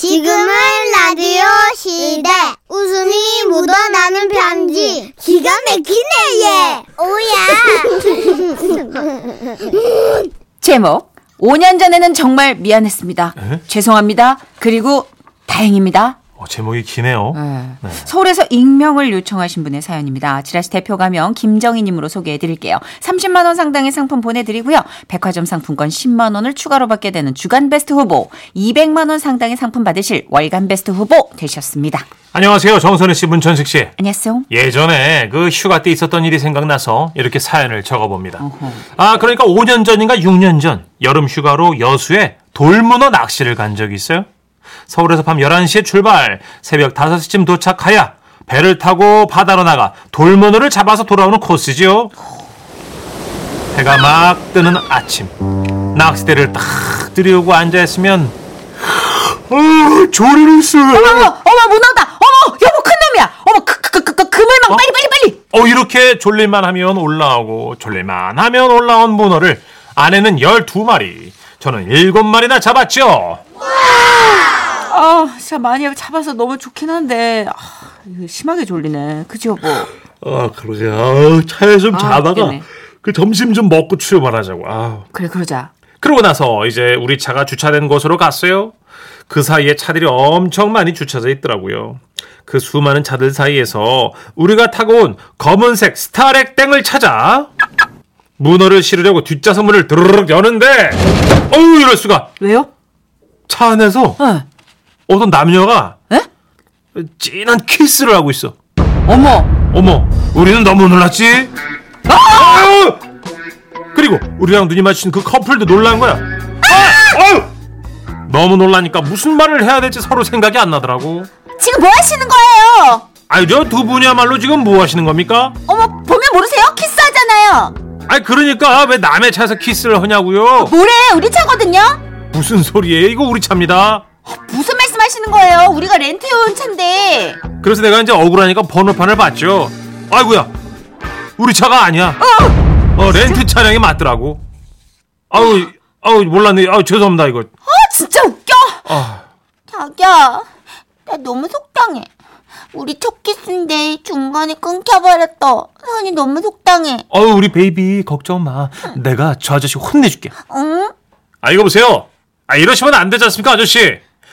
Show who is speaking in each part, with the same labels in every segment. Speaker 1: 지금은 라디오 시대. 웃음이 묻어나는 편지. 기가 막히네, 얘. 오야.
Speaker 2: 제목 5년 전에는 정말 미안했습니다.
Speaker 3: 에?
Speaker 2: 죄송합니다. 그리고 다행입니다.
Speaker 3: 어, 제목이 기네요.
Speaker 2: 네. 서울에서 익명을 요청하신 분의 사연입니다. 지라시 대표 가명 김정희님으로 소개해드릴게요. 30만 원 상당의 상품 보내드리고요. 백화점 상품권 10만 원을 추가로 받게 되는 주간 베스트 후보, 200만 원 상당의 상품 받으실 월간 베스트 후보 되셨습니다.
Speaker 3: 안녕하세요. 정선우 씨, 문천식 씨.
Speaker 2: 안녕하세요.
Speaker 3: 예전에 그 휴가 때 있었던 일이 생각나서 이렇게 사연을 적어봅니다.
Speaker 2: 어허.
Speaker 3: 아, 그러니까 5년 전인가 6년 전 여름 휴가로 여수에 돌문어 낚시를 간 적이 있어요. 서울에서 밤 11시에 출발, 새벽 5시쯤 도착하여 배를 타고 바다로 나가 돌문어를 잡아서 돌아오는 코스지요. 해가 막 뜨는 아침, 낚싯대를 딱 들이우고 앉아있으면 어, 조리를 쓰
Speaker 2: 어머, 어머, 문어다! 어머, 여보, 큰 놈이야! 어머, 그, 그, 그, 그, 그물 막 빨리, 빨리, 빨리!
Speaker 3: 어, 이렇게 졸릴만 하면 올라오고, 졸릴만 하면 올라온 문어를 아내는 12마리, 저는 7마리나 잡았죠.
Speaker 2: 아, 진짜 많이 잡아서 너무 좋긴 한데, 아, 이거 심하게 졸리네. 그지, 여보?
Speaker 3: 아, 그러게. 아, 차에 좀
Speaker 2: 아, 죽겠네.
Speaker 3: 그 점심 좀 먹고 출발하자고. 아.
Speaker 2: 그래, 그러자.
Speaker 3: 그러고 나서 이제 우리 차가 주차된 곳으로 갔어요. 그 사이에 차들이 엄청 많이 주차돼 있더라고요. 그 수많은 차들 사이에서 우리가 타고 온 검은색 스타렉 땡을 찾아 문어를 실으려고 뒷좌석 문을 드르륵 여는데 어우 이럴 수가
Speaker 2: 왜요?
Speaker 3: 차 안에서
Speaker 2: 어.
Speaker 3: 어떤 남녀가
Speaker 2: 에?
Speaker 3: 진한 키스를 하고 있어.
Speaker 2: 어머,
Speaker 3: 어머, 우리는 너무 놀랐지? 아우! 그리고 우리랑 눈이 마주친 그 커플도 놀란 거야. 아! 아유! 너무 놀라니까 무슨 말을 해야 될지 서로 생각이 안 나더라고.
Speaker 2: 지금 뭐 하시는 거예요?
Speaker 3: 아유, 저 두 분이야말로 지금 뭐 하시는 겁니까?
Speaker 2: 어머, 보면 모르세요? 키스하잖아요.
Speaker 3: 아니, 그러니까 왜 남의 차에서 키스를 하냐고요?
Speaker 2: 뭐래? 우리 차거든요.
Speaker 3: 무슨 소리예요? 이거 우리 차입니다.
Speaker 2: 무슨 말씀하시는 거예요? 우리가 렌트해 온 차인데.
Speaker 3: 그래서 내가 이제 억울하니까 번호판을 봤죠. 아이고야, 우리 차가 아니야. 어, 렌트 차량이 맞더라고. 아우, 아우 몰랐네. 아우 죄송합니다 이거.
Speaker 2: 아, 진짜 웃겨.
Speaker 3: 아,
Speaker 4: 자기야, 나 너무 속상해. 우리 첫 키스인데 중간에 끊겨버렸어. 선이 너무 속상해.
Speaker 3: 아우 우리 베이비 걱정 마. 내가 저 아저씨 혼내줄게.
Speaker 4: 응?
Speaker 3: 아 이거 보세요. 아 이러시면 안 되지 않습니까 아저씨?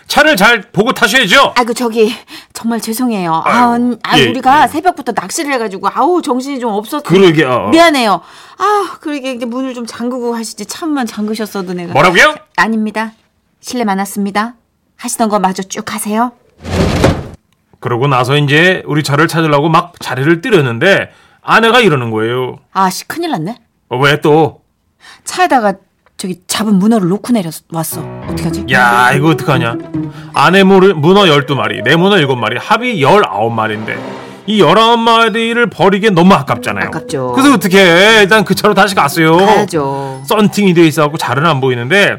Speaker 3: 차를 잘 보고 타셔야죠.
Speaker 2: 아이고 그 저기 정말 죄송해요. 아,
Speaker 3: 아유,
Speaker 2: 음, 아,
Speaker 3: 예,
Speaker 2: 우리가 새벽부터 낚시를 해가지고 아우 정신이 좀 없었.
Speaker 3: 그러게, 어, 어.
Speaker 2: 미안해요. 아 그러게 이제 문을 좀 잠그고 하시지 참만 잠그셨어도 내가.
Speaker 3: 뭐라고요?
Speaker 2: 아닙니다. 실례 많았습니다. 하시던 거 마저 쭉 하세요.
Speaker 3: 그러고 나서 이제 우리 차를 찾으려고 막 자리를 뜨려는데 아내가 이러는 거예요.
Speaker 2: 아씨 큰일 났네.
Speaker 3: 어, 왜 또?
Speaker 2: 차에다가 저기 잡은 문어를 놓고 내려 왔어. 어떡하지?
Speaker 3: 야 이거 어떡하냐 아내 물- 문어 12마리 내 문어 7마리 합이 19마리인데 이 19마리를 버리기엔 너무 아깝잖아요
Speaker 2: 아깝죠.
Speaker 3: 그래서 어떻게 일단 그 차로 다시 갔어요
Speaker 2: 가야죠.
Speaker 3: 썬팅이 돼 있어갖고 잘은 안 보이는데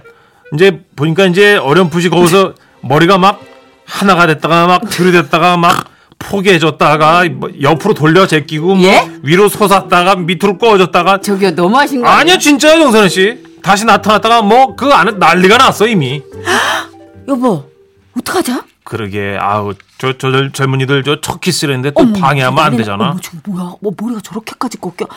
Speaker 3: 이제 보니까 이제 어렴풋이 거기서 머리가 막 하나가 됐다가 막 들이댔다가 막 포개졌다가 뭐 옆으로 돌려 제끼고 뭐
Speaker 2: 예?
Speaker 3: 위로 솟았다가 밑으로 꺼졌다가
Speaker 2: 저기요 너무하신 거
Speaker 3: 아니야 진짜야 정선우 씨 다시 나타났다가 뭐 그 안에 난리가 났어 이미
Speaker 2: 여보 어떡하자?
Speaker 3: 그러게 아우 저, 저, 저 젊은이들 저 첫 키스를 했는데 또 방해하면 안 되잖아
Speaker 2: 어머 지금 뭐야? 뭐 머리가 저렇게까지 꺾여?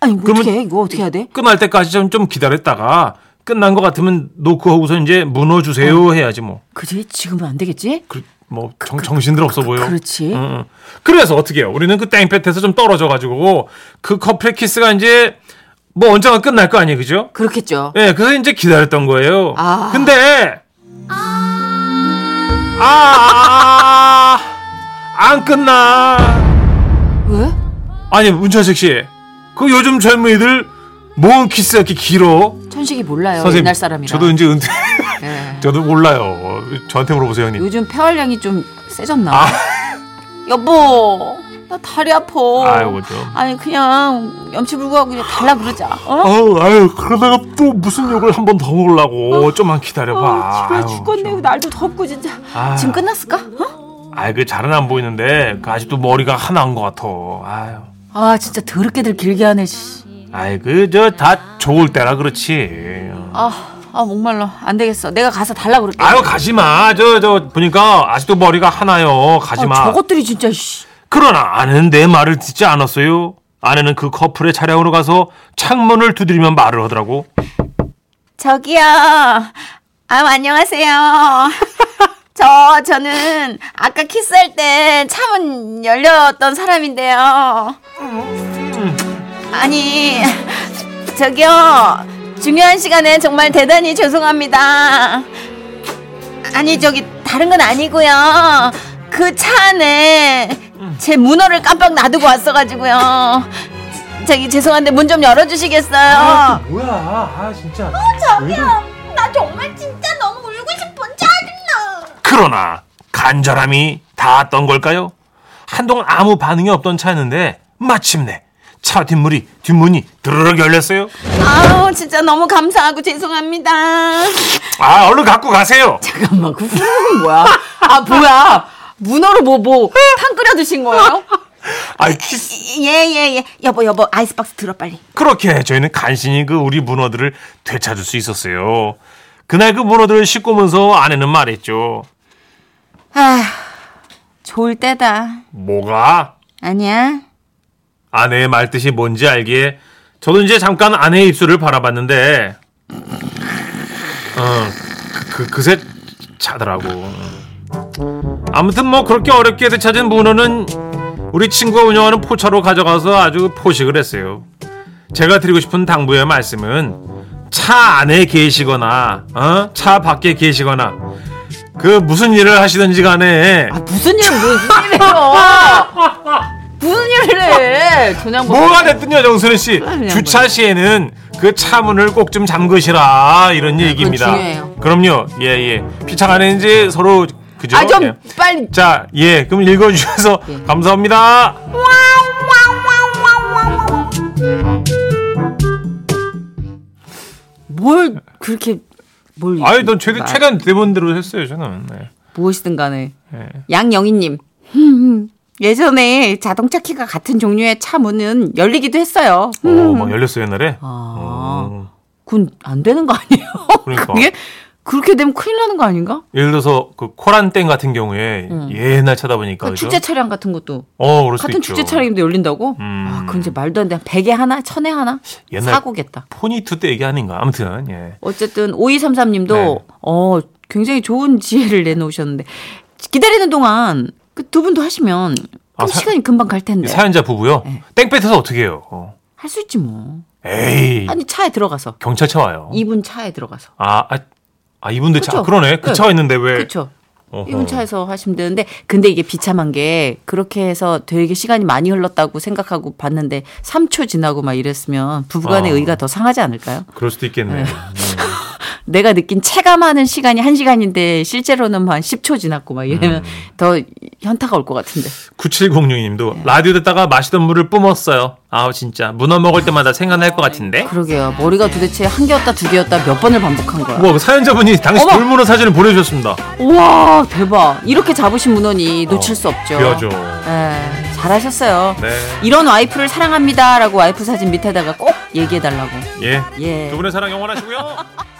Speaker 2: 아니 이거
Speaker 3: 그러면-
Speaker 2: 어떻게 해? 이거 어떻게 해야 돼?
Speaker 3: 끝날 때까지 좀, 좀 기다렸다가 끝난 것 같으면 놓고 하고서 이제 문어 주세요 해야지 뭐.
Speaker 2: 그지? 지금은 안 되겠지?
Speaker 3: 그, 뭐 정, 정신들 없어 보여.
Speaker 2: 그렇지.
Speaker 3: 응, 응. 그래서 어떻게 해요? 우리는 그 땡볕에서 좀 떨어져 가지고 그 커플의 키스가 이제 뭐 언젠가 끝날 거 아니에요, 그죠?
Speaker 2: 그렇겠죠.
Speaker 3: 예, 그래서 이제 기다렸던 거예요.
Speaker 2: 아.
Speaker 3: 근데 아, 아, 안 끝나.
Speaker 2: 왜?
Speaker 3: 아니 문천식 씨, 그 요즘 젊은이들 모은 키스가 이렇게 길어?
Speaker 2: 천식이 몰라요. 옛날 사람이라.
Speaker 3: 저도 이제 은퇴,
Speaker 2: 예.
Speaker 3: 저도 몰라요. 저한테 물어보세요 형님.
Speaker 2: 요즘 폐활량이 좀 세졌나?
Speaker 3: 아.
Speaker 2: 여보 나 다리 아파.
Speaker 3: 아이고, 좀.
Speaker 2: 아니 그냥 염치불구하고 그냥 달라 그러자. 어?
Speaker 3: 아유, 아유, 그러다가 또 무슨 욕을 한 번 더 먹으려고 좀만 기다려봐.
Speaker 2: 아, 집에
Speaker 3: 아유,
Speaker 2: 어? 죽겠네.
Speaker 3: 좀.
Speaker 2: 날도 덥고 진짜.
Speaker 3: 아유.
Speaker 2: 지금 끝났을까? 어?
Speaker 3: 아이, 그 잘은 안 보이는데 그 아직도 머리가 하나인 것 같아. 아유,
Speaker 2: 아 진짜 더럽게들 길게 하네. 씨.
Speaker 3: 아이, 그 저 다 좋을 때라 그렇지.
Speaker 2: 아 아 목말라. 안 되겠어. 내가 가서 달라 그럴게.
Speaker 3: 아유 가지마 저 저 보니까 아직도 머리가 하나요 가지마
Speaker 2: 아, 저것들이 진짜 씨.
Speaker 3: 그러나 아내는 내 말을 듣지 않았어요 아내는 그 커플의 차량으로 가서 창문을 두드리면 말을 하더라고
Speaker 4: 저기요. 아, 안녕하세요. 저, 저는 아까 키스할 때 차문 열렸던 사람인데요. 아니, 저기요. 중요한 시간에 정말 대단히 죄송합니다. 아니, 저기, 다른 건 아니고요. 그 차 안에 제 문어를 깜빡 놔두고 왔어가지고요. 저기, 죄송한데 문 좀 열어주시겠어요?
Speaker 3: 뭐야 아 진짜
Speaker 4: 나 정말 진짜 너무 울고 싶어 짜증나
Speaker 3: 그러나 간절함이 닿았던 걸까요? 한동안 아무 반응이 없던 차였는데 마침내 차 뒷문이 뒷문이 드르륵 열렸어요.
Speaker 4: 아우 진짜 너무 감사하고 죄송합니다
Speaker 3: 아 얼른 갖고 가세요.
Speaker 2: 잠깐만 그 후루룩은 뭐야? 아 뭐야? 문어로 뭐뭐탕 끓여 드신 거예요?
Speaker 3: 아 키스.
Speaker 4: 예예예 여보 여보 아이스박스 들어 빨리
Speaker 3: 그렇게 저희는 간신히 그 우리 문어들을 되찾을 수 있었어요. 그날 그 문어들을 씻고면서 아내는 말했죠.
Speaker 4: 아 좋을 때다
Speaker 3: 뭐가
Speaker 4: 아니야
Speaker 3: 아내의 말뜻이 뭔지 알기에 저도 이제 잠깐 아내의 입술을 바라봤는데 어, 그, 그새 차더라고 어. 아무튼 뭐 그렇게 어렵게 되찾은 문어는 우리 친구가 운영하는 포차로 가져가서 아주 포식을 했어요 제가 드리고 싶은 당부의 말씀은 차 안에 계시거나 어? 차 밖에 계시거나 그 무슨 일을 하시든지 간에
Speaker 2: 아 무슨 일 무슨 일이에요? 무슨 일을 해? 그냥 뭐
Speaker 3: 뭐가 됐든요, 정순우 씨.
Speaker 2: 그냥
Speaker 3: 주차 시에는 그 차문을 꼭 좀 잠그시라 이런 얘기입니다.
Speaker 2: 네, 중요해요.
Speaker 3: 그럼요, 예 예. 피차 가는지 서로 그죠?
Speaker 2: 아 좀 예.
Speaker 3: 예.
Speaker 2: 빨리
Speaker 3: 자, 예, 그럼 읽어주셔서 감사합니다.
Speaker 2: 뭘 그렇게 뭘
Speaker 3: 아유, 넌 최대,
Speaker 2: 말-
Speaker 3: 최대한 대본대로 했어요, 저는. 네.
Speaker 2: 무엇이든 간에
Speaker 3: 예.
Speaker 2: 양영희님 예전에 자동차 키가 같은 종류의 차 문은 열리기도 했어요. 음.
Speaker 3: 어, 막 열렸어요, 옛날에. 음.
Speaker 2: 아, 그건 안 되는 거 아니에요?
Speaker 3: 그러니까.
Speaker 2: 게 그렇게 되면 큰일 나는 거 아닌가?
Speaker 3: 예를 들어서 그 코란땡 같은 경우에 옛날
Speaker 2: 음.
Speaker 3: 찾아보니까
Speaker 2: 그
Speaker 3: 그죠?
Speaker 2: 축제 차량 같은 것도
Speaker 3: 어, 그럴 수도
Speaker 2: 같은
Speaker 3: 있죠.
Speaker 2: 축제 차량인데 열린다고?
Speaker 3: 음.
Speaker 2: 아, 그건 이제 말도 안 돼. 백에 하나, 천에 하나
Speaker 3: 옛날-
Speaker 2: 사고겠다.
Speaker 3: 포니투 때 얘기 아닌가? 아무튼 예.
Speaker 2: 어쨌든 5233님도
Speaker 3: 네.
Speaker 2: 어 굉장히 좋은 지혜를 내놓으셨는데 기다리는 동안 그 두 분도 하시면
Speaker 3: 아,
Speaker 2: 좀
Speaker 3: 사-
Speaker 2: 시간이 금방 갈 텐데
Speaker 3: 사연자 부부요.
Speaker 2: 네.
Speaker 3: 땡볕에서 어떻게 해요? 어.
Speaker 2: 할 수 있지 뭐.
Speaker 3: 에이.
Speaker 2: 아니 차에 들어가서
Speaker 3: 경찰차 와요.
Speaker 2: 이분 차에 들어가서
Speaker 3: 아, 아, 아 이분들 차
Speaker 2: 그쵸?
Speaker 3: 그러네. 그
Speaker 2: 네.
Speaker 3: 차 있는데 왜?
Speaker 2: 그렇죠.
Speaker 3: 어허.
Speaker 2: 이분 차에서 하시면 되는데 근데 이게 비참한 게 그렇게 해서 되게 시간이 많이 흘렀다고 생각하고 봤는데 3초 지나고 막 이랬으면 부부간의
Speaker 3: 어.
Speaker 2: 의가 더 상하지 않을까요?
Speaker 3: 그럴 수도 음. 있겠네.
Speaker 2: 내가 느낀 체감하는 시간이 1시간인데 실제로는 뭐한 10초 지났고 막
Speaker 3: 음.
Speaker 2: 이러면 더 현타가 올 것 같은데.
Speaker 3: 9706님도
Speaker 2: 네.
Speaker 3: 라디오 듣다가 마시던 물을 뿜었어요. 아우 진짜 문어 먹을 때마다 생각날 것 같은데.
Speaker 2: 그러게요. 머리가 도대체 한 개였다 두 개였다 몇 번을 반복한 거야.
Speaker 3: 뭐 사연자분이 당시
Speaker 2: 어머!
Speaker 3: 돌문어 사진을 보내주셨습니다.
Speaker 2: 우와 대박. 이렇게 잡으신 문헌이 놓칠 수 없죠.
Speaker 3: 어, 귀하죠.
Speaker 2: 예, 잘하셨어요.
Speaker 3: 네.
Speaker 2: 이런 와이프를 사랑합니다라고 와이프 사진 밑에다가 꼭 얘기해달라고.
Speaker 3: 예.
Speaker 2: 예.
Speaker 3: 두 분의 사랑 영원하시고요.